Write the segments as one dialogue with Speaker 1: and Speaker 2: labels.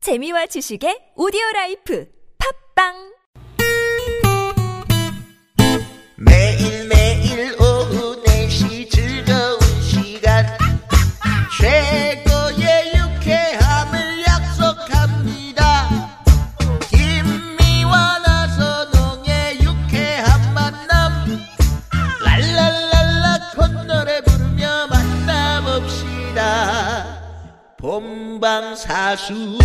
Speaker 1: 재미와 지식의 오디오 라이프 팝빵
Speaker 2: 매일매일 오후 4시 즐거운 시간 최고의 유쾌함을 약속합니다 김미와 나선홍의 유쾌한 만남 랄랄랄라 콧노래 부르며 만남없시다 본방사수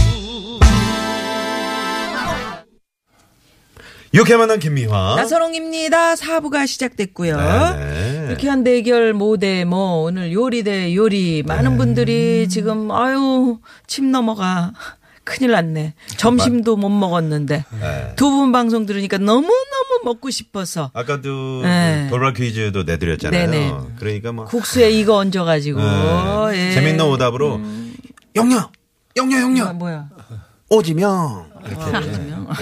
Speaker 3: 이렇게 만난 김미화.
Speaker 4: 나선홍입니다. 사부가 시작됐고요.
Speaker 3: 어? 네네.
Speaker 4: 유쾌한 대결 모대 뭐 오늘 요리 대 요리
Speaker 3: 네.
Speaker 4: 많은 분들이 지금 아유 침 넘어가 큰일 났네. 점심도 못 먹었는데
Speaker 3: 네.
Speaker 4: 두 분 방송 들으니까 너무 너무 먹고 싶어서
Speaker 3: 아까도
Speaker 4: 네.
Speaker 3: 그 돌발 퀴즈도 내드렸잖아요.
Speaker 4: 네네.
Speaker 3: 그러니까 뭐
Speaker 4: 국수에 이거 얹어가지고 예. 음.
Speaker 3: 네. 재밌는 오답으로 영녀, 영녀, 영녀,
Speaker 4: 아, 뭐야, 뭐야
Speaker 3: 오지명
Speaker 4: 아,
Speaker 3: 네.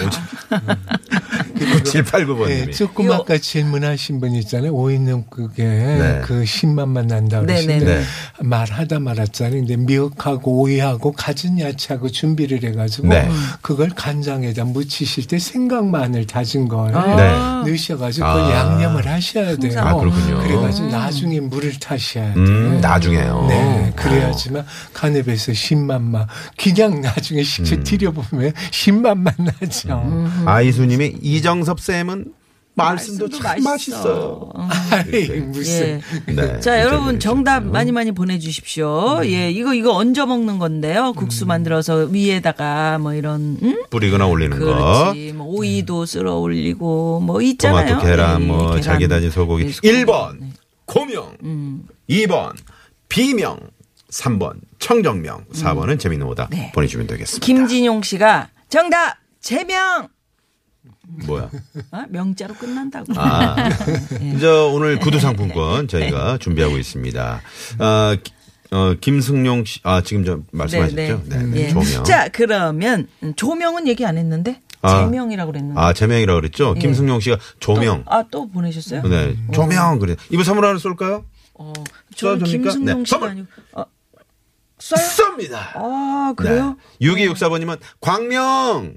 Speaker 3: 이렇게 789번님이
Speaker 5: 네, 조그맣게 질문하신 분 있잖아요. 오인용 그게
Speaker 3: 네.
Speaker 5: 그 10만 만 난다 그러시는데
Speaker 4: 네네네.
Speaker 5: 말하다 말았잖아요. 근데 미역하고 오이하고 가진 야채하고 준비를 해가지고
Speaker 3: 네.
Speaker 5: 그걸 간장에다 무치실 때 생강마늘 다진 걸
Speaker 3: 아.
Speaker 5: 넣으셔가지고
Speaker 3: 아.
Speaker 5: 그걸 양념을 하셔야 돼요.
Speaker 3: 아, 그렇군요.
Speaker 5: 그래가지고 나중에 물을 타셔야 돼요.
Speaker 3: 음, 나중에요.
Speaker 5: 네, 그래야지만 간에0에서 10만만 그냥 나중에 식초
Speaker 3: 음.
Speaker 5: 튀려보면 10만만 나죠.
Speaker 3: 아이수님이 이정섭 쌤은 말씀도
Speaker 4: 말씀도
Speaker 3: 참
Speaker 4: 맛있어.
Speaker 3: 맛있어요.
Speaker 5: 아이
Speaker 3: 음.
Speaker 5: 무슨
Speaker 4: 예.
Speaker 3: 네,
Speaker 4: 자, 여러분 정답 많이 많이
Speaker 3: 음.
Speaker 4: 보내주십시오. 예, 이거 이거 얹어 먹는 건데요. 국수 만들어서 위에다가 뭐 이런 음?
Speaker 3: 뿌리거나 올리는 거.
Speaker 4: 그렇지. 뭐 오이도 쓸어 올리고 뭐 있잖아요.
Speaker 3: 토마토, 계란,
Speaker 4: 예,
Speaker 3: 뭐
Speaker 4: 계란.
Speaker 3: 잘게 다진 소고기.
Speaker 4: 예,
Speaker 3: 1번 고명,
Speaker 4: 음.
Speaker 3: 2번 비명, 3번 청정명, 4번은 재밌는 오다
Speaker 4: 음. 네.
Speaker 3: 보내주면 되겠습니다.
Speaker 4: 김진용 씨가 정답 제명.
Speaker 3: 뭐야?
Speaker 4: 아, 명자로 끝난다고.
Speaker 3: 아,
Speaker 4: 네.
Speaker 3: 저 오늘 구두 상품권 저희가 준비하고 있습니다. 아, 기- 어, 김승용 씨, 아 지금 저 말씀하셨죠? 네, 네.
Speaker 4: 예.
Speaker 3: 조명.
Speaker 4: 자, 그러면 음, 조명은 얘기 안 했는데
Speaker 3: 아.
Speaker 4: 제명이라고 그랬는데.
Speaker 3: 아 제명이라고 그랬죠? 김승용 씨가 조명.
Speaker 4: 아, 예. 또 보내셨어요?
Speaker 3: 네, 조명 그래. 이번 선물 하나 쏠까요?
Speaker 4: 어, 저는
Speaker 3: 쏴줍니까?
Speaker 4: 김승용
Speaker 3: 네,
Speaker 4: 씨가
Speaker 3: 선물.
Speaker 4: 아니고 아, 쏴요?
Speaker 3: 쏩니다.
Speaker 4: 아, 그래요? 음.
Speaker 3: 6264번님은 네. 광명!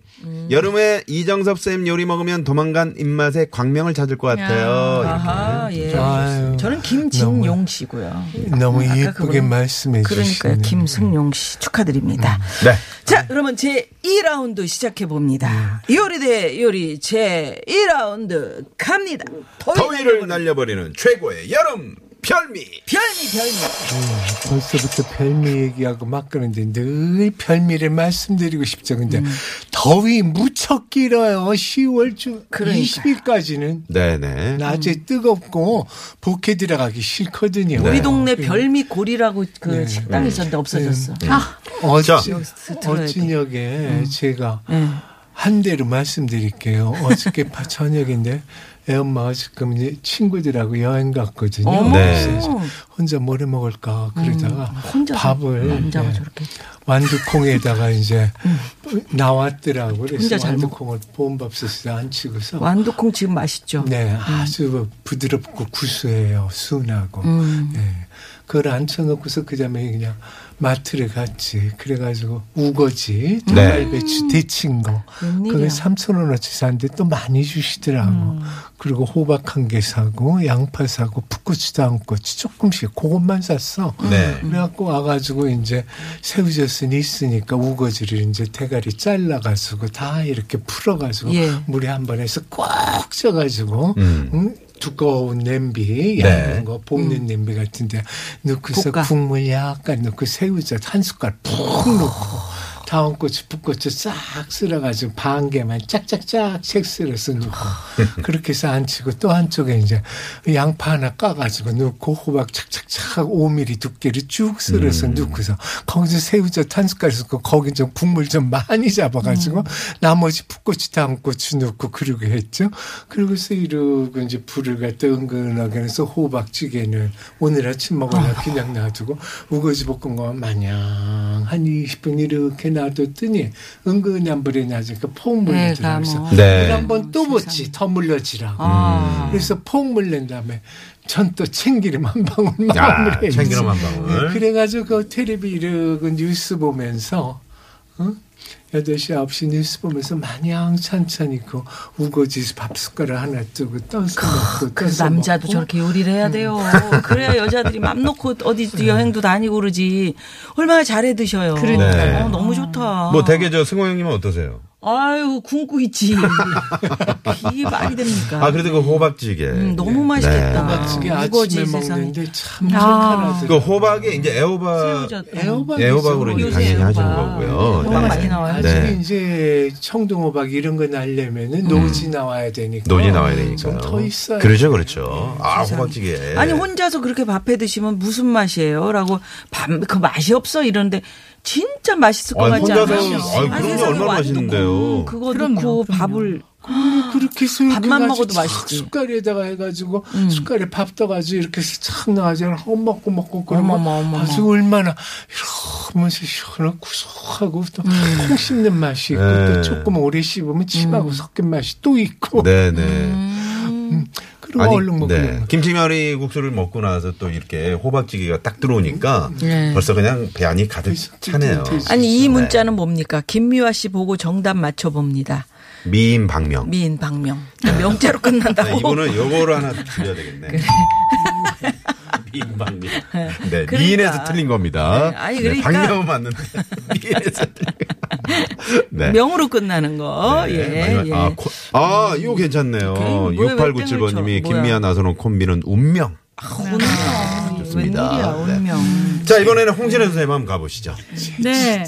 Speaker 3: 여름에 이정섭 쌤 요리 먹으면 도망간 입맛에 광명을 찾을 것 같아요.
Speaker 4: 아하,
Speaker 3: 네. 이렇게.
Speaker 4: 예.
Speaker 5: 아유,
Speaker 4: 저는 김진용 씨고요.
Speaker 5: 너무
Speaker 4: 아까
Speaker 5: 예쁘게
Speaker 4: 그분-
Speaker 5: 말씀해
Speaker 4: 그러니까요.
Speaker 5: 주시네요. 음.
Speaker 4: 김승용 씨 축하드립니다.
Speaker 3: 네.
Speaker 4: 자, 그러면 제 2라운드 시작해 봅니다. 요리 대 요리 제 1라운드 갑니다. 더위
Speaker 3: 더위를 날려버리는 최고의 여름 별미!
Speaker 4: 별미 별미.
Speaker 5: 벌써부터 별미 얘기하고 막 그러는데 늘 별미를 말씀드리고 싶죠. 근데
Speaker 4: 음.
Speaker 5: 더위 무척 길어요. 10월 중
Speaker 4: 그러니까요. 음.
Speaker 5: 20일까지는
Speaker 3: 네네.
Speaker 5: 낮에 뜨겁고 복해 들어가기 싫거든요.
Speaker 4: 우리 동네 별미 골이라고 그 식당이 있었는데 없어졌어. 아,
Speaker 5: 어찌,
Speaker 3: 자.
Speaker 5: 어찌녁에 제가
Speaker 4: 네.
Speaker 5: 한 대로 말씀드릴게요. 어저께 바- 저녁인데 애 엄마가 지금 이제 친구들하고 여행 갔거든요.
Speaker 4: 어머.
Speaker 3: 네.
Speaker 5: 그래서 혼자 뭐 해 먹을까 그러다가
Speaker 4: 음. 혼자서
Speaker 5: 밥을
Speaker 4: 남자가
Speaker 5: 예,
Speaker 4: 저렇게.
Speaker 5: 완두콩에다가 이제 나왔더라고.
Speaker 4: 음. 혼자
Speaker 5: 그래서
Speaker 4: 잘 먹-
Speaker 5: 완두콩을 봄밥솥에 안치고서
Speaker 4: 완두콩 지금 맛있죠. 음.
Speaker 5: 네, 아주 부드럽고 구수해요. 순하고.
Speaker 4: 음.
Speaker 5: 예. 그걸 안쳐놓고서 그 다음에 그냥 마트를 갔지. 그래가지고 우거지, 달배추 데친 거.
Speaker 4: 음. 웬일이야. 음.
Speaker 5: 그걸 3,000원어치 샀는데 또 많이 주시더라고. 그리고 호박 한 개 사고, 양파 사고, 풋고추도 안 꽂지. 조금씩 그것만 샀어.
Speaker 3: 네.
Speaker 5: 그래갖고 와가지고 이제 새우젓은 있으니까 우거지를 이제 대가리 잘라가지고 다 이렇게 풀어가지고
Speaker 4: 예.
Speaker 5: 물에 한 번 해서 꽉 쪄가지고 응? 두꺼운 냄비
Speaker 3: 네.
Speaker 5: 얇은 거 볶는 냄비 같은데 넣고서
Speaker 4: 음. 볶아. 어.
Speaker 5: 국물 약간 넣고 새우젓 한 숟갈 푹 넣고 다음 고추 붓고추 싹 쓸어가지고 반 개만 짝짝짝 색 쓸어서 넣고 그렇게 해서 안치고 또 한쪽에 이제 양파 하나 까가지고 넣고 호박 착착착 5mm 두께를 쭉 쓸어서 넣고서 거기서 새우젓 한 숟갈 넣고 그 거기 좀 국물 좀 많이 잡아가지고 나머지 풋고추 당고추 넣고 그러고 했죠. 그러고서 이러고 이제 불을 갖다 은근하게 해서 호박찌개는 오늘 아침 먹으려 그냥 놔두고 우거지 볶은 거 마냥 한 20분 이렇게 놔뒀더니 은근한 불에 나니까 폭 물려들면서
Speaker 4: 뭐.
Speaker 3: 네.
Speaker 5: 그걸 한번 또 붓지 더 물려지라고.
Speaker 4: 아.
Speaker 5: 그래서 폭 물린 다음에 전 또 챙기름 한 방울
Speaker 3: 아,
Speaker 5: 마무리했지.
Speaker 3: 네. 참기름 한 방울.
Speaker 5: 그래가지고 그 텔레비 이러고 뉴스 보면서 응? 8시, 9시 뉴스 보면서 마냥 찬찬히 그 우거지 밥 숟가락 하나 뜨고 떠서 먹고
Speaker 4: 그
Speaker 5: 떠서
Speaker 4: 남자도
Speaker 5: 먹고.
Speaker 4: 저렇게 요리를 해야 돼요. 그래야 여자들이 맘 놓고 어디 여행도 다니고 그러지. 얼마나 잘해 드셔요.
Speaker 1: 그러니까요.
Speaker 3: 네.
Speaker 4: 어, 너무 좋다.
Speaker 3: 뭐 되게 저 승호 형님은 어떠세요?
Speaker 4: 아유 굶고 있지. 이게 말이 됩니까?
Speaker 3: 아, 그래도 그 호박찌개.
Speaker 4: 음, 너무
Speaker 3: 네.
Speaker 4: 맛있겠다.
Speaker 5: 호박찌개
Speaker 4: 아,
Speaker 5: 아침에
Speaker 4: 우거지 세상에. 아.
Speaker 5: 먹는데 참 불편하더라고요.
Speaker 3: 그 호박이 이제 애호박
Speaker 4: 새우젓. 어.
Speaker 5: 애호박이
Speaker 3: 애호박으로 이제
Speaker 5: 요새
Speaker 3: 당연히 하시는
Speaker 4: 애호박.
Speaker 3: 거고요.
Speaker 4: 호박 많이 나와요?
Speaker 5: 나중에
Speaker 3: 네.
Speaker 5: 이제 청둥호박 이런 거 날려면은 노지 나와야 되니까.
Speaker 4: 어.
Speaker 3: 논이 나와야 되니까요.
Speaker 5: 좀더 있어요.
Speaker 3: 그렇죠, 그렇죠. 아, 호박찌개.
Speaker 4: 아니 혼자서 그렇게 밥해 드시면 무슨 맛이에요? 라고 밥 그 맛이 없어 이런데 진짜 맛있을 것
Speaker 3: 아니,
Speaker 4: 같지
Speaker 3: 혼자서,
Speaker 4: 않아요?
Speaker 3: 아니, 그런 게
Speaker 4: 세상에
Speaker 3: 얼마나
Speaker 4: 완두콩
Speaker 3: 맛있는데요.
Speaker 4: 그거
Speaker 6: 그럼요,
Speaker 4: 넣고
Speaker 6: 그럼요.
Speaker 4: 밥을
Speaker 5: 그렇게 해서 이렇게
Speaker 4: 밥만
Speaker 5: 해가지고
Speaker 4: 먹어도
Speaker 5: 촥
Speaker 4: 맛있지.
Speaker 5: 숟갈에다가 해가지고 숟갈에 밥 떠가지고 이렇게 해서 참 나가지고 헛 먹고 먹고
Speaker 4: 어머머,
Speaker 5: 그러면
Speaker 4: 어머머.
Speaker 5: 아주 얼마나 이러면서 시원하고 구석하고 또 콩 씹는 맛이 있고
Speaker 3: 네.
Speaker 5: 또 조금 오래 씹으면 침하고 섞인 맛이 또 있고
Speaker 3: 네, 네.
Speaker 4: 음.
Speaker 5: 그리고 얼른 먹고
Speaker 3: 네. 김치말이 국수를 먹고 나서 또 이렇게 호박찌개가 딱
Speaker 5: 음.
Speaker 3: 들어오니까
Speaker 4: 네.
Speaker 3: 벌써 그냥 배 안이 가득 차네요.
Speaker 4: 아니 이 문자는 뭡니까? 김미화 씨 보고 정답 맞춰 봅니다.
Speaker 3: 미인 방명.
Speaker 4: 미인 박명
Speaker 3: 네,
Speaker 4: 명자로 끝난다고.
Speaker 3: 이분은 요거를 하나 드려야 되겠네. 미인 방명. 네,
Speaker 4: 그러니까.
Speaker 3: 미인에서 틀린 겁니다.
Speaker 4: 네, 아니, 그러니까.
Speaker 3: 네, 방명은 맞는데 미인에서 틀린. 네.
Speaker 4: 명으로 끝나는 거.
Speaker 3: 네,
Speaker 4: 예.
Speaker 3: 마지막-
Speaker 4: 예.
Speaker 3: 아, 코, 아, 이거 괜찮네요.
Speaker 4: 오케이. 뭐야, 왜
Speaker 3: 6897번님이
Speaker 4: 땡을 쳐? 뭐야.
Speaker 3: 김미아 나선홍 콤비는 운명.
Speaker 4: 운명.
Speaker 3: 좋습니다.
Speaker 4: 웬일이야,
Speaker 3: 네.
Speaker 4: 운명.
Speaker 3: 자, 이번에는 홍진혜 선생님 한번 가보시죠.
Speaker 6: 네.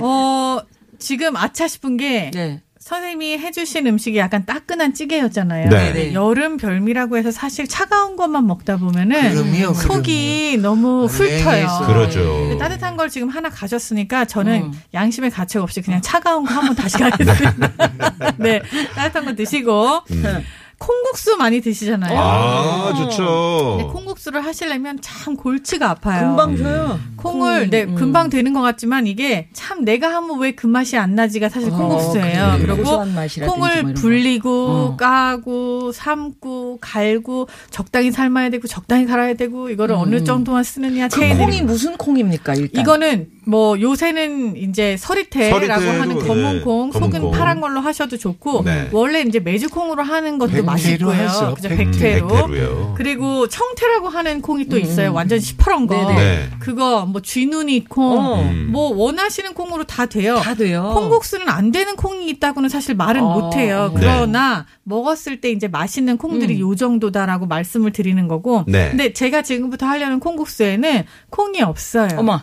Speaker 6: 어, 지금 아차 싶은 게
Speaker 4: 네.
Speaker 6: 선생님이 해주신 음식이 약간 따끈한 찌개였잖아요.
Speaker 3: 네.
Speaker 4: 네.
Speaker 6: 여름 별미라고 해서 사실 차가운 것만 먹다 보면은
Speaker 5: 그럼요,
Speaker 6: 네.
Speaker 5: 네,
Speaker 6: 속이 너무
Speaker 4: 아,
Speaker 6: 훑어요.
Speaker 3: 그렇죠.
Speaker 6: 따뜻한 걸 지금 하나 가셨으니까 저는
Speaker 5: 음.
Speaker 6: 양심의 가책 없이 그냥 차가운 거 한번 다시 가겠습니다. 네. 따뜻한 거 드시고
Speaker 3: 음.
Speaker 6: 콩국수 많이 드시잖아요.
Speaker 3: 아, 좋죠.
Speaker 6: 근데 콩국수를 하시려면 참 골치가 아파요.
Speaker 4: 금방 줘요.
Speaker 6: 콩을 네
Speaker 4: 음.
Speaker 6: 금방 되는 것 같지만 이게 참 내가 하면 왜 그 맛이 안 나지가 사실
Speaker 4: 어,
Speaker 6: 콩국수예요.
Speaker 4: 그래요.
Speaker 6: 그리고
Speaker 4: 고소한 맛이라든지 뭐 이런
Speaker 6: 콩을
Speaker 4: 거.
Speaker 6: 불리고
Speaker 4: 어.
Speaker 6: 까고 삶고 갈고 적당히 삶아야 되고 적당히 갈아야 되고 이거를 어느 정도만 쓰느냐
Speaker 4: 음. 그
Speaker 6: 차이는
Speaker 4: 콩이 무슨 콩입니까, 일단?
Speaker 6: 이거는 뭐 요새는 이제 서리태라고
Speaker 3: 서리태로,
Speaker 6: 하는 검은
Speaker 3: 네,
Speaker 6: 콩,
Speaker 3: 검은
Speaker 6: 속은
Speaker 3: 콩.
Speaker 6: 파란 걸로 하셔도 좋고
Speaker 3: 네.
Speaker 6: 원래 이제 메주콩으로 하는 것도
Speaker 5: 백태로
Speaker 6: 맛있고요.
Speaker 5: 하죠.
Speaker 6: 그죠?
Speaker 5: 백-
Speaker 6: 음, 백태로.
Speaker 3: 백태로요.
Speaker 6: 그리고 청태라고 하는 콩이 또 있어요. 완전 시퍼런 거.
Speaker 4: 음. 네네.
Speaker 3: 네.
Speaker 6: 그거 뭐 쥐눈이 콩,
Speaker 4: 어.
Speaker 3: 음.
Speaker 6: 뭐 원하시는 콩으로 다 돼요.
Speaker 4: 다 돼요.
Speaker 6: 콩국수는 안 되는 콩이 있다고는 사실 말은
Speaker 4: 어.
Speaker 6: 못해요.
Speaker 3: 네.
Speaker 6: 그러나 먹었을 때 이제 맛있는
Speaker 4: 음.
Speaker 6: 콩들이 요 정도다라고 말씀을 드리는 거고.
Speaker 3: 네.
Speaker 6: 근데 제가 지금부터 하려는 콩국수에는 콩이 없어요.
Speaker 4: 어머,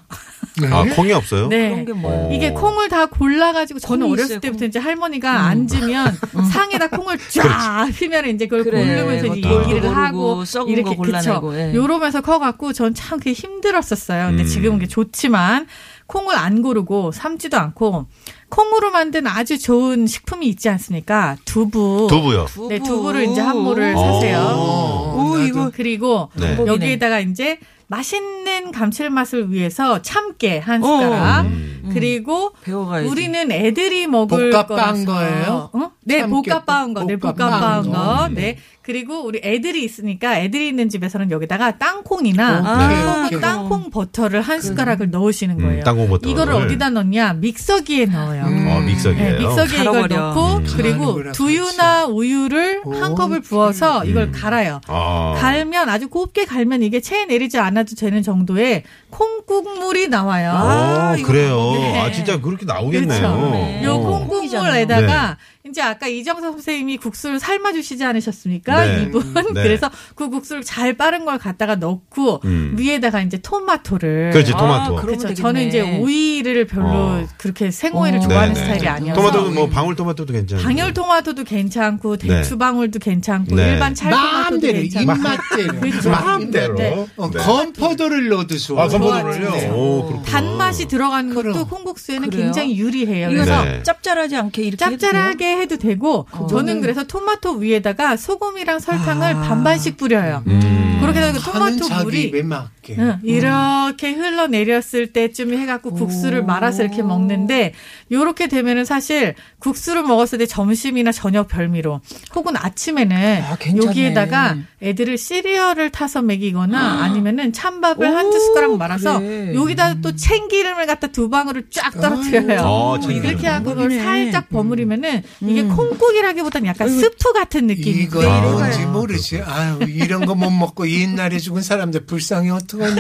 Speaker 3: 아, 콩이 없어요?
Speaker 6: 네.
Speaker 4: 그런 게 뭐야?
Speaker 6: 이게 콩을 다 골라가지고 저는
Speaker 4: 어. 콩이 음.
Speaker 6: 어렸을
Speaker 4: 있어요,
Speaker 6: 때부터 이제 할머니가 앉으면 상에다 콩을 쫙 피면 이제 그걸
Speaker 4: 그래,
Speaker 6: 고르면서 이제
Speaker 4: 그것도
Speaker 6: 얘기를
Speaker 4: 고르고
Speaker 6: 하고
Speaker 4: 썩은
Speaker 6: 이렇게
Speaker 4: 거 골라내고,
Speaker 6: 그쵸.
Speaker 4: 예.
Speaker 6: 요러면서 커갖고 전 참 그게 힘들었었어요. 근데
Speaker 3: 음.
Speaker 6: 지금은 게 좋지만 콩을 안 고르고 삶지도 않고 콩으로 만든 아주 좋은 식품이 있지 않습니까? 두부.
Speaker 3: 두부요.
Speaker 6: 네, 두부를 이제 한 모를
Speaker 4: 어.
Speaker 3: 오.
Speaker 6: 사세요.
Speaker 3: 오,
Speaker 6: 이거 그리고
Speaker 3: 네.
Speaker 6: 여기에다가 이제 맛있는 감칠맛을 위해서 참깨 한
Speaker 4: 어.
Speaker 6: 숟가락
Speaker 3: 음.
Speaker 6: 그리고
Speaker 4: 배워가야지.
Speaker 6: 우리는 애들이 먹을
Speaker 5: 볶아 빻은
Speaker 6: 거라서.
Speaker 5: 거예요?
Speaker 6: 응? 네,
Speaker 5: 참깨
Speaker 6: 볶아 빻은 거. 네,
Speaker 5: 볶아
Speaker 6: 볶아
Speaker 5: 빻은
Speaker 6: 빻은 거. 네. 그리고 우리 애들이 있으니까 애들이 있는 집에서는 여기다가 땅콩이나
Speaker 5: 오케이,
Speaker 6: 혹은
Speaker 5: 오케이.
Speaker 6: 땅콩 버터를 한 숟가락을 넣으시는
Speaker 3: 음,
Speaker 6: 거예요.
Speaker 3: 땅콩 버터를.
Speaker 6: 이거를 어디다 넣냐? 믹서기에 넣어요.
Speaker 3: 어, 믹서기예요.
Speaker 6: 네, 믹서기에 이걸
Speaker 4: 갈아버려.
Speaker 6: 넣고
Speaker 3: 음.
Speaker 6: 그리고
Speaker 5: 가라는구나,
Speaker 6: 두유나 우유를 한
Speaker 5: 오,
Speaker 6: 컵을 부어서 이걸
Speaker 3: 음.
Speaker 6: 갈아요.
Speaker 3: 아.
Speaker 6: 갈면 아주 곱게 갈면 이게 채 내리지 않아도 되는 정도의 콩국물이 나와요.
Speaker 3: 아, 그래요.
Speaker 6: 네.
Speaker 3: 아, 진짜 그렇게
Speaker 6: 그렇죠.
Speaker 3: 나오겠네요. 네.
Speaker 6: 요
Speaker 3: 어.
Speaker 6: 콩국물에다가 이제 아까 이정섭 선생님이 국수를 삶아 주시지 않으셨습니까?
Speaker 3: 네.
Speaker 6: 이분
Speaker 3: 네.
Speaker 6: 그래서 그 국수를 잘 빠른 걸 갖다가 넣고
Speaker 3: 음.
Speaker 6: 위에다가 이제 토마토를
Speaker 3: 그렇지, 토마토.
Speaker 4: 아, 그럼-
Speaker 6: 그렇죠.
Speaker 4: 되겠네.
Speaker 6: 저는 이제 오이를 별로
Speaker 3: 어.
Speaker 6: 그렇게 생오이를
Speaker 4: 어.
Speaker 6: 좋아하는
Speaker 3: 네네.
Speaker 6: 스타일이 아니어서
Speaker 3: 토마토도 뭐 방울토마토도 괜찮아요.
Speaker 6: 방울 토마토도 괜찮고
Speaker 3: 네.
Speaker 6: 대추방울도 괜찮고
Speaker 3: 네.
Speaker 6: 일반 찰토마토도
Speaker 5: 마음대로
Speaker 6: 괜찮고
Speaker 5: 입맛대로
Speaker 6: 그렇죠.
Speaker 3: 마음대로.
Speaker 6: 네.
Speaker 5: 어,
Speaker 3: 네.
Speaker 5: 건포도를 넣어도 좋아.
Speaker 3: 아, 건포도를요?
Speaker 6: 좋아하시네요.
Speaker 3: 오, 그렇구나.
Speaker 6: 단맛이 들어가는 것도
Speaker 5: 그럼.
Speaker 6: 콩국수에는
Speaker 4: 그래요?
Speaker 6: 굉장히 유리해요. 그래서
Speaker 4: 그래서
Speaker 3: 네.
Speaker 4: 짭짤하지 않게 이렇게 해도 돼요? 어.
Speaker 6: 짭짤하게 해도 되고 저는 그래서 토마토 위에다가 소금이랑 설탕을
Speaker 4: 아.
Speaker 6: 반반씩 뿌려요.
Speaker 3: 음.
Speaker 6: 그렇게 해서
Speaker 5: 하는
Speaker 6: 토마토 물이
Speaker 5: 자기에 맞게.
Speaker 6: 응, 이렇게 흘러내렸을 때쯤 해갖고 국수를 말아서 이렇게 먹는데 요렇게 되면은 사실 국수를 먹었을 때 점심이나 저녁 별미로 혹은 아침에는
Speaker 4: 아, 괜찮네.
Speaker 6: 여기에다가 애들을 시리얼을 타서 먹이거나 아니면은 찬밥을 한 두 숟가락 말아서
Speaker 4: 그래.
Speaker 6: 여기다 또 참기름을 갖다 두 방울을 쫙 떨어뜨려요.
Speaker 3: 어, 참기름.
Speaker 6: 이렇게 하고 그걸
Speaker 4: 방법이네.
Speaker 6: 살짝 버무리면은 이게 콩국이라기보다는 약간 스프 같은
Speaker 5: 이거
Speaker 6: 느낌이고
Speaker 3: 아,
Speaker 5: 이런지 모르지. 아유 이런 거 못 먹고 옛날에 죽은 사람들 불쌍해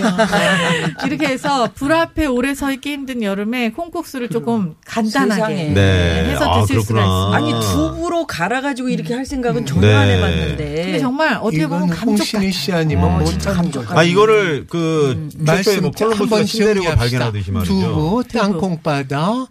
Speaker 5: 어떡하냐.
Speaker 6: 이렇게 해서 불 앞에 오래 서 있기 힘든 여름에 콩국수를 조금
Speaker 4: 세상에.
Speaker 6: 간단하게
Speaker 3: 네.
Speaker 6: 해서
Speaker 3: 아,
Speaker 6: 드실 수가
Speaker 3: 그렇구나.
Speaker 6: 있습니다.
Speaker 4: 아니 두부로 갈아가지고 이렇게 할 생각은 전혀 안
Speaker 3: 네.
Speaker 6: 음. 근데
Speaker 4: 해봤는데.
Speaker 6: 정말 어떻게 보면
Speaker 5: 이건
Speaker 6: 감쪽 어, 같아.
Speaker 5: 홍신희 씨 아니면 못하는 거죠.
Speaker 3: 아 이거를 그 최초에 뭐 콜럼버스가 신내려고 발견하듯이 말이죠.
Speaker 5: 두부, 땅콩바다,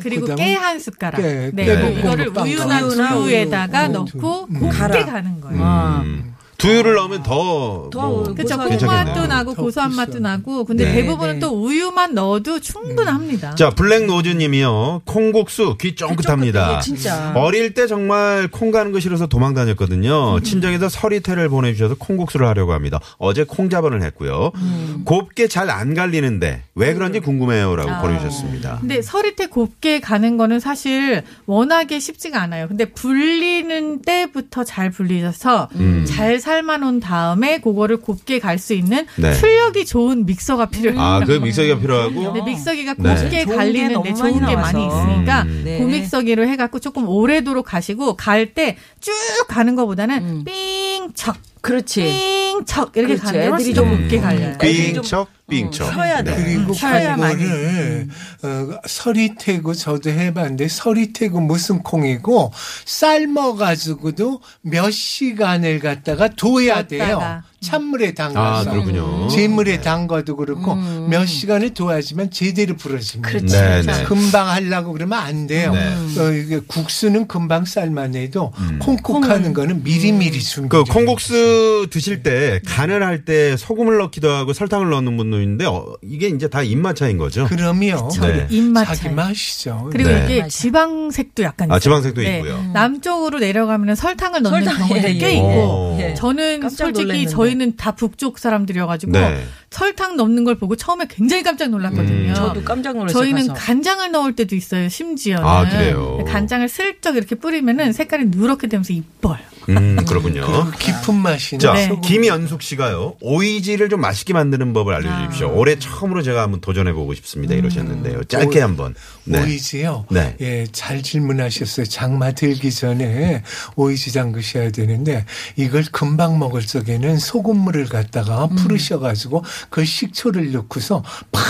Speaker 6: 그리고
Speaker 5: 그다음-
Speaker 6: 깨 한 숟가락.
Speaker 5: 깨,
Speaker 6: 네.
Speaker 5: 깨
Speaker 3: 볶음
Speaker 6: 이거를
Speaker 5: 볶음
Speaker 6: 우유나
Speaker 4: 우유나
Speaker 6: 두부에다가
Speaker 4: 우유.
Speaker 6: 넣고
Speaker 5: 음.
Speaker 6: 곱게
Speaker 4: 갈아.
Speaker 6: 가는 거예요.
Speaker 3: 음. 두유를 넣으면 더.
Speaker 4: 더
Speaker 3: 뭐
Speaker 4: 그-
Speaker 6: 그렇죠.
Speaker 4: 고소하게
Speaker 3: 나요.
Speaker 6: 콩맛도 나고
Speaker 5: 더
Speaker 6: 고소한 맛도
Speaker 5: 고소하게.
Speaker 6: 나고 근데
Speaker 3: 네,
Speaker 6: 대부분은
Speaker 4: 네.
Speaker 6: 또 우유만 넣어도 충분합니다.
Speaker 3: 자, 블랙노즈님이요. 콩국수 귀 쫑긋합니다.
Speaker 4: 이게 진짜.
Speaker 3: 어릴 때 정말 콩 가는 거 싫어서 도망 다녔거든요.
Speaker 4: 음.
Speaker 3: 친정에서 서리태를 보내주셔서 콩국수를 하려고 합니다. 어제 콩자반을 했고요.
Speaker 4: 음.
Speaker 3: 곱게 잘 안 갈리는데 왜 그런지 궁금해요라고
Speaker 4: 아.
Speaker 3: 보내주셨습니다.
Speaker 6: 근데 서리태 곱게 가는 거는 사실 워낙에 쉽지가 않아요. 근데 불리는 때부터 잘 불리셔서
Speaker 4: 음.
Speaker 3: 음.
Speaker 6: 잘 삶아놓은 다음에 그거를 곱게 갈 수 있는
Speaker 3: 네.
Speaker 6: 출력이 좋은 믹서가 필요해요.
Speaker 3: 아, 그 믹서기가 필요하고.
Speaker 4: 음.
Speaker 6: 근데 믹서기가
Speaker 3: 네.
Speaker 6: 곱게
Speaker 4: 좋은 게
Speaker 6: 갈리는
Speaker 4: 너무
Speaker 6: 데 좋은
Speaker 4: 많이
Speaker 6: 게 많이
Speaker 4: 나와서.
Speaker 6: 있으니까
Speaker 3: 음.
Speaker 4: 네.
Speaker 6: 고믹서기로 해갖고 조금 오래도록 가시고 갈 때 쭉 가는 것보다는 삥척
Speaker 4: 음.
Speaker 6: 음.
Speaker 4: 그렇지.
Speaker 6: 삥척 이렇게
Speaker 4: 그렇죠.
Speaker 6: 가는
Speaker 4: 애들이
Speaker 6: 게
Speaker 4: 좀
Speaker 6: 곱게
Speaker 3: 음.
Speaker 6: 갈려요.
Speaker 4: 애들이 좀-
Speaker 3: 빙척, 빙척. 네.
Speaker 4: 쳐야 음. 돼.
Speaker 5: 그리고
Speaker 4: 쳐야 많이.
Speaker 5: 그거를 어, 서리태고 저도 해봤는데 서리태고 무슨 콩이고 삶아가지고도 몇 시간을 갖다가 둬야 돼요.
Speaker 6: 뒀다가.
Speaker 5: 찬물에 담가서.
Speaker 3: 아, 그렇군요. 네.
Speaker 5: 제물에 담가도 그렇고 몇 시간을 둬야지만 제대로 부러집니다.
Speaker 4: 그렇지.
Speaker 3: 네, 네.
Speaker 5: 금방 하려고 그러면 안 돼요.
Speaker 3: 네.
Speaker 5: 어, 이게 국수는 금방 삶만 해도 콩국하는 거는 미리미리 준비.
Speaker 3: 음. 그 콩국수 드실 때 간을 할 때 소금을 넣기도 하고 설탕을 넣는 분도 있는데 어, 이게 이제 다 입맛 차인 거죠.
Speaker 5: 그럼요.
Speaker 3: 네.
Speaker 6: 입맛
Speaker 5: 자기
Speaker 6: 차이.
Speaker 5: 맛이죠.
Speaker 6: 그리고
Speaker 3: 네.
Speaker 6: 이게 지방색도 약간
Speaker 3: 아,
Speaker 6: 있어요.
Speaker 3: 지방색도
Speaker 6: 네.
Speaker 3: 있고요.
Speaker 6: 남쪽으로 내려가면 설탕을 넣는
Speaker 4: 음. 설탕,
Speaker 6: 경우도
Speaker 4: 예,
Speaker 6: 꽤
Speaker 4: 예.
Speaker 6: 네, 있고
Speaker 3: 오.
Speaker 6: 저는
Speaker 4: 깜짝
Speaker 6: 솔직히
Speaker 4: 놀랐는데.
Speaker 6: 저희는 다 북쪽 사람들이어가지고
Speaker 3: 네.
Speaker 6: 설탕 넣는 걸 보고 처음에 굉장히 깜짝 놀랐거든요.
Speaker 3: 음.
Speaker 4: 저도 깜짝 놀랐어요.
Speaker 6: 저희는
Speaker 4: 가서.
Speaker 6: 간장을 넣을 때도 있어요. 심지어는
Speaker 3: 아, 그래요?
Speaker 6: 간장을 슬쩍 이렇게 뿌리면은 색깔이 누렇게 되면서 이뻐요.
Speaker 3: 음, 그렇군요.
Speaker 5: 깊은 맛이
Speaker 3: 자,
Speaker 5: 나서
Speaker 3: 김연숙 씨가요. 오이지를 좀 맛있게 만드는 법을 알려주십시오. 올해 처음으로 제가 한번 도전해보고 싶습니다. 이러셨는데요. 짧게 한번. 네.
Speaker 5: 오이지요.
Speaker 3: 네.
Speaker 5: 예, 잘 질문하셨어요. 장마 들기 전에 오이지 담그셔야 되는데 이걸 금방 먹을 적에는 소금물을 갖다가
Speaker 3: 음.
Speaker 5: 풀으셔가지고 그 식초를 넣고서 팍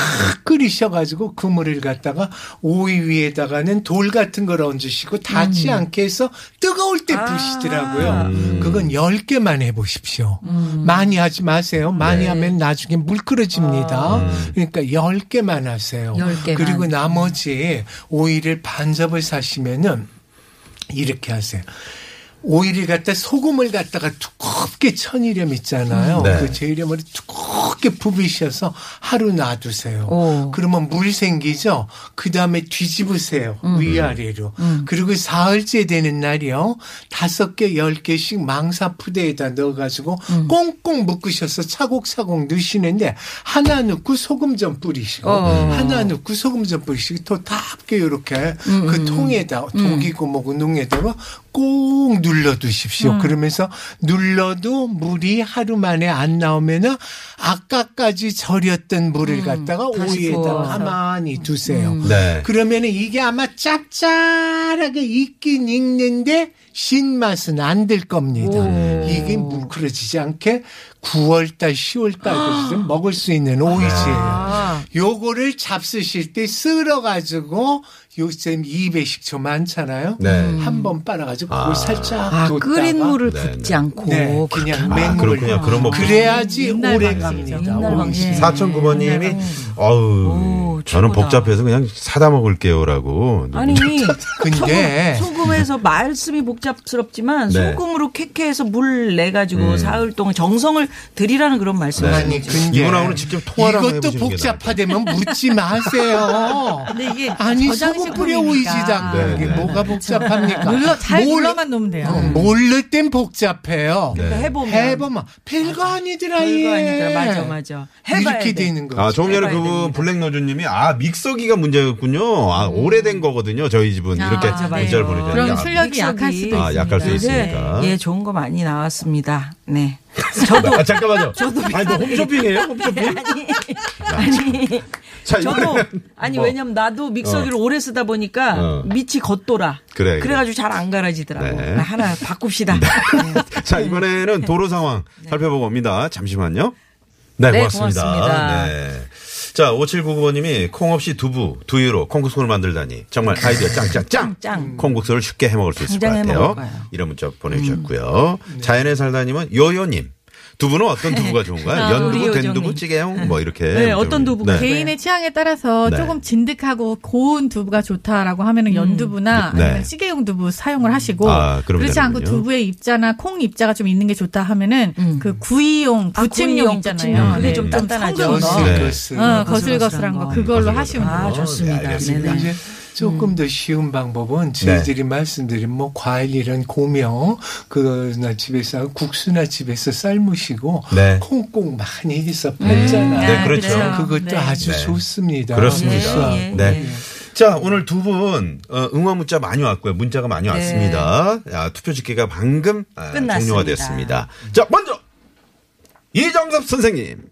Speaker 5: 끓이셔가지고 그물을 갖다가 오이 위에다가는 돌 같은 걸 얹으시고 닿지
Speaker 3: 음.
Speaker 5: 않게 해서 뜨거울
Speaker 3: 아.
Speaker 5: 때 부시더라고요. 그건 10개만 해보십시오.
Speaker 3: 음.
Speaker 5: 많이 하지 마세요.
Speaker 3: 네.
Speaker 5: 많이 하면 나중에 물끓어집니다.
Speaker 3: 아.
Speaker 5: 그러니까 10개만 하세요.
Speaker 4: 열 개만.
Speaker 5: 그리고 나머지 오이를 반접을 사시면은 이렇게 하세요. 오이를 갖다 소금을 갖다가 두껍게 천일염 있잖아요.
Speaker 3: 네.
Speaker 5: 그 제일염을 두껍게 부비셔서 하루 놔두세요.
Speaker 4: 오.
Speaker 5: 그러면 물 생기죠. 그 다음에 뒤집으세요 위아래로.
Speaker 4: 음.
Speaker 5: 그리고 사흘째 되는 날이요. 다섯 개, 열 개씩 망사 푸대에다 넣어가지고
Speaker 4: 음.
Speaker 5: 꽁꽁 묶으셔서 차곡차곡 넣으시는데 하나 넣고 소금 좀 뿌리시고
Speaker 4: 어.
Speaker 5: 하나 넣고 소금 좀 뿌리시고 더 닿게
Speaker 4: 음,
Speaker 5: 이렇게 그 통에다 독이고 뭐고 농에다가 꼭 눌러
Speaker 4: 음.
Speaker 5: 두십시오. 그러면서 눌러도 물이 하루 만에 안 나오면은 아까까지 절였던 물을
Speaker 4: 음.
Speaker 5: 갖다가
Speaker 4: 다시
Speaker 5: 오이에다
Speaker 4: 부어서.
Speaker 5: 가만히 두세요.
Speaker 4: 음.
Speaker 3: 네.
Speaker 5: 그러면은 이게 아마 짭짤하게 익긴 익는데 신맛은 안 들 겁니다. 이게 뭉클어지지 않게 9월달, 10월달까지는 먹을 수 있는
Speaker 3: 아.
Speaker 4: 아.
Speaker 5: 오이지예요. 요거를 잡수실 때 썰어가지고 요즘 200식초 많잖아요.
Speaker 3: 네.
Speaker 5: 한 번 빨아가지고 그걸
Speaker 3: 아.
Speaker 5: 살짝
Speaker 4: 아,
Speaker 5: 뒀다가
Speaker 4: 끓인 물을
Speaker 3: 네,
Speaker 4: 붓지
Speaker 3: 네.
Speaker 4: 않고
Speaker 5: 네,
Speaker 4: 그렇게
Speaker 5: 그냥
Speaker 3: 아,
Speaker 5: 맹물
Speaker 3: 그렇군요. 그런 법도
Speaker 5: 그래야지
Speaker 6: 옛날
Speaker 5: 오래
Speaker 6: 방식이죠.
Speaker 5: 갑니다.
Speaker 4: 옛날 방식.
Speaker 5: 오이지.
Speaker 3: 4009번님이, 네. 어우,
Speaker 4: 오,
Speaker 3: 저는
Speaker 4: 최고다.
Speaker 3: 복잡해서 그냥 사다 먹을게요라고.
Speaker 4: 아니
Speaker 5: 근데
Speaker 4: 소금, 소금에서 말씀이 복잡스럽지만
Speaker 3: 네. 음.
Speaker 4: 소금으로 쾌쾌해서 물 내가지고 사흘 동안 정성을 들이라는 그런
Speaker 3: 네.
Speaker 4: 말씀이신
Speaker 5: 아니
Speaker 4: 거죠.
Speaker 5: 근데
Speaker 3: 이분하고는 직접 통화를 한번
Speaker 5: 이것도
Speaker 3: 해보시는 게 나을 것
Speaker 5: 복잡하다면 묻지 마세요.
Speaker 6: 근데 이게
Speaker 5: 아니
Speaker 6: 저장실에
Speaker 5: 전부 뿌려 오이지다.
Speaker 3: 네,
Speaker 5: 이게
Speaker 3: 네,
Speaker 5: 뭐가 복잡합니까?
Speaker 6: 눌러 잘
Speaker 5: 몰-
Speaker 6: 눌러만 놓으면 돼요.
Speaker 5: 어, 모를 땐 복잡해요.
Speaker 3: 네.
Speaker 4: 해보면.
Speaker 5: 해보면 별거 아니더라
Speaker 4: 별거
Speaker 5: 얘.
Speaker 4: 아니더라. 맞아, 맞아. 해봐야
Speaker 5: 이렇게
Speaker 4: 돼.
Speaker 5: 되는 거죠.
Speaker 3: 아, 조금 전에
Speaker 4: 해봐야
Speaker 3: 그
Speaker 4: 됩니다.
Speaker 3: 블랙노즈님이 아 믹서기가 문제였군요. 아 오래된 거거든요. 저희 집은
Speaker 6: 아,
Speaker 3: 이렇게
Speaker 6: 맞아, 맞아.
Speaker 3: 문자를 보내주셨는데
Speaker 6: 그럼
Speaker 3: 아,
Speaker 6: 출력이 약할 수도 있습니다.
Speaker 3: 아, 약할 수 있으니까.
Speaker 4: 예, 좋은 거 많이 나왔습니다. 네.
Speaker 3: 저도 아, 잠깐만요. 저도 아니 뭐 홈쇼핑이에요? 홈쇼핑? 자,
Speaker 4: 저도
Speaker 3: 이번엔
Speaker 4: 아니
Speaker 3: 뭐.
Speaker 4: 왜냐면 나도 믹서기를 오래 쓰다 보니까
Speaker 3: 어.
Speaker 4: 밑이 겉돌아.
Speaker 3: 그래,
Speaker 4: 가지고 잘 안 갈아지더라고.
Speaker 3: 네.
Speaker 4: 나 하나 바꿉시다. 네.
Speaker 3: 자 이번에는 도로 상황 살펴보고 옵니다. 잠시만요. 네,
Speaker 4: 네,
Speaker 3: 고맙습니다.
Speaker 4: 고맙습니다.
Speaker 3: 네. 자, 5799번님이 콩 없이 두부, 두유로 콩국수를 만들다니 정말 아이디어 짱짱짱!
Speaker 4: 음. 짱.
Speaker 3: 콩국수를 쉽게 해먹을 수 있을 것
Speaker 4: 당장 해먹을
Speaker 3: 같아요.
Speaker 4: 거예요. 음. 네.
Speaker 3: 이런 문자 보내주셨고요. 자연의 살다님은 요요님. 두부는 어떤 두부가 좋은가요?
Speaker 4: 아,
Speaker 3: 연두부,
Speaker 4: 우리
Speaker 3: 된두부,
Speaker 4: 요정님.
Speaker 3: 찌개용 뭐 이렇게.
Speaker 4: 네,
Speaker 3: 문자
Speaker 4: 어떤
Speaker 3: 보내-
Speaker 4: 두부가
Speaker 3: 네.
Speaker 4: 네.
Speaker 6: 개인의 취향에 따라서
Speaker 3: 네.
Speaker 6: 조금 진득하고 고운 두부가 좋다라고
Speaker 4: 음.
Speaker 6: 하면은 연두부나
Speaker 3: 네.
Speaker 6: 아니면 찌개용 두부 사용을 하시고
Speaker 3: 아, 그러면
Speaker 6: 그렇지 않고
Speaker 3: 되는군요.
Speaker 6: 두부의 입자나 콩 입자가 좀 있는 게 좋다 하면은 그 구이용 부침용
Speaker 4: 음. 아, 구이용
Speaker 6: 있잖아요.
Speaker 4: 부침용. 그게 좀
Speaker 6: 딱
Speaker 4: 단단하죠.
Speaker 6: 성분 넣어서.
Speaker 3: 네.
Speaker 6: 어,
Speaker 4: 거슬거슬한
Speaker 6: 거슬거슬한
Speaker 4: 거.
Speaker 6: 거 그걸로
Speaker 3: 거슬거슬한 거.
Speaker 6: 하시면 돼요.
Speaker 4: 아,
Speaker 3: 어, 네,
Speaker 4: 좋습니다.
Speaker 3: 알겠습니다.
Speaker 4: 네네.
Speaker 5: 이제 조금 더 쉬운
Speaker 3: 네.
Speaker 5: 방법은 저희들이 말씀드린 뭐 과일 이런 고명 그나 집에서 하고 국수나 집에서 삶으시고
Speaker 3: 네.
Speaker 5: 콩국 많이 해서 팔잖아요.
Speaker 3: 네, 그렇죠.
Speaker 5: 그럼 그것도
Speaker 6: 네.
Speaker 5: 아주
Speaker 3: 네.
Speaker 5: 좋습니다.
Speaker 3: 그렇습니다.
Speaker 5: 국수하고.
Speaker 4: 예, 예.
Speaker 3: 네. 자, 오늘 두 분 어, 응원 문자 많이 왔고요. 문자가 많이 왔습니다. 아, 투표 집계가 방금 아,
Speaker 4: 끝났습니다.
Speaker 3: 종료가 됐습니다. 자, 먼저 이정섭 선생님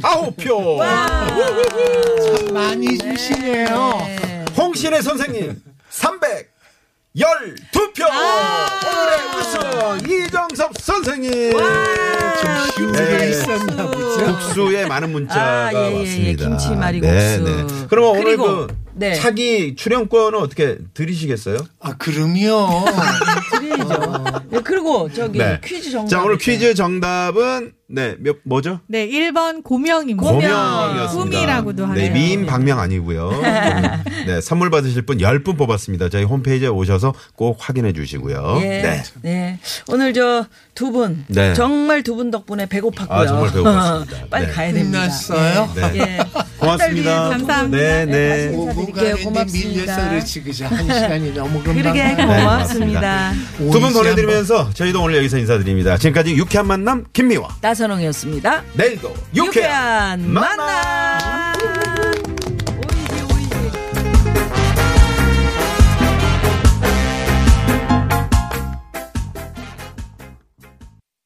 Speaker 3: 349표.
Speaker 5: 참 많이 주시네요.
Speaker 3: 홍신혜 선생님 300 12표. 오늘의 우승 이정섭 선생님.
Speaker 5: 좀 쉬운 게
Speaker 3: 네.
Speaker 5: 있었나 보죠.
Speaker 3: 국수에 많은 문자가
Speaker 4: 아, 예, 예, 예.
Speaker 3: 왔습니다. 네,
Speaker 4: 김치 말이국수.
Speaker 3: 그러면 오늘
Speaker 4: 그리고,
Speaker 3: 그
Speaker 4: 네.
Speaker 3: 차기 출연권은 어떻게 드리시겠어요?
Speaker 5: 아, 그럼요.
Speaker 4: 드려야죠. 네, 그리고 저기 퀴즈 정답.
Speaker 3: 어. 자, 오늘 퀴즈 정답은 네, 몇 뭐죠?
Speaker 6: 네, 1번 고명입니다.
Speaker 3: 고명이었습니다.
Speaker 6: 꿈이라고도 하네요.
Speaker 3: 네, 미인 박명 아니고요. 음, 네, 선물 받으실 분 10분 뽑았습니다. 저희 홈페이지에 오셔서 꼭 확인해 주시고요.
Speaker 4: 예.
Speaker 3: 네.
Speaker 4: 네. 오늘 저 두 분.
Speaker 3: 네.
Speaker 4: 정말 두 분 덕분에 배고팠고요.
Speaker 3: 아, 정말 배고팠습니다.
Speaker 4: 빨리
Speaker 3: 네.
Speaker 4: 가야 됩니다.
Speaker 5: 끝났어요.
Speaker 3: 네.
Speaker 4: 예.
Speaker 3: 고맙습니다.
Speaker 6: 감사합니다.
Speaker 3: 네, 네.
Speaker 5: 오후가
Speaker 4: 드릴게요.
Speaker 5: 했는데
Speaker 4: 고맙습니다.
Speaker 5: 뭐 밀려서 그렇지 네, 그저 한 시간이 너무 금방
Speaker 4: 그러게
Speaker 5: 가요.
Speaker 4: 고맙습니다.
Speaker 3: 두 분
Speaker 5: 오이시
Speaker 3: 보내드리면서 저희도 오늘 여기서 인사드립니다. 지금까지 유쾌한 만남 김미화.
Speaker 4: 따선홍이었습니다.
Speaker 3: 내일도 유쾌한
Speaker 4: 유쾌한 만남.
Speaker 3: 만남.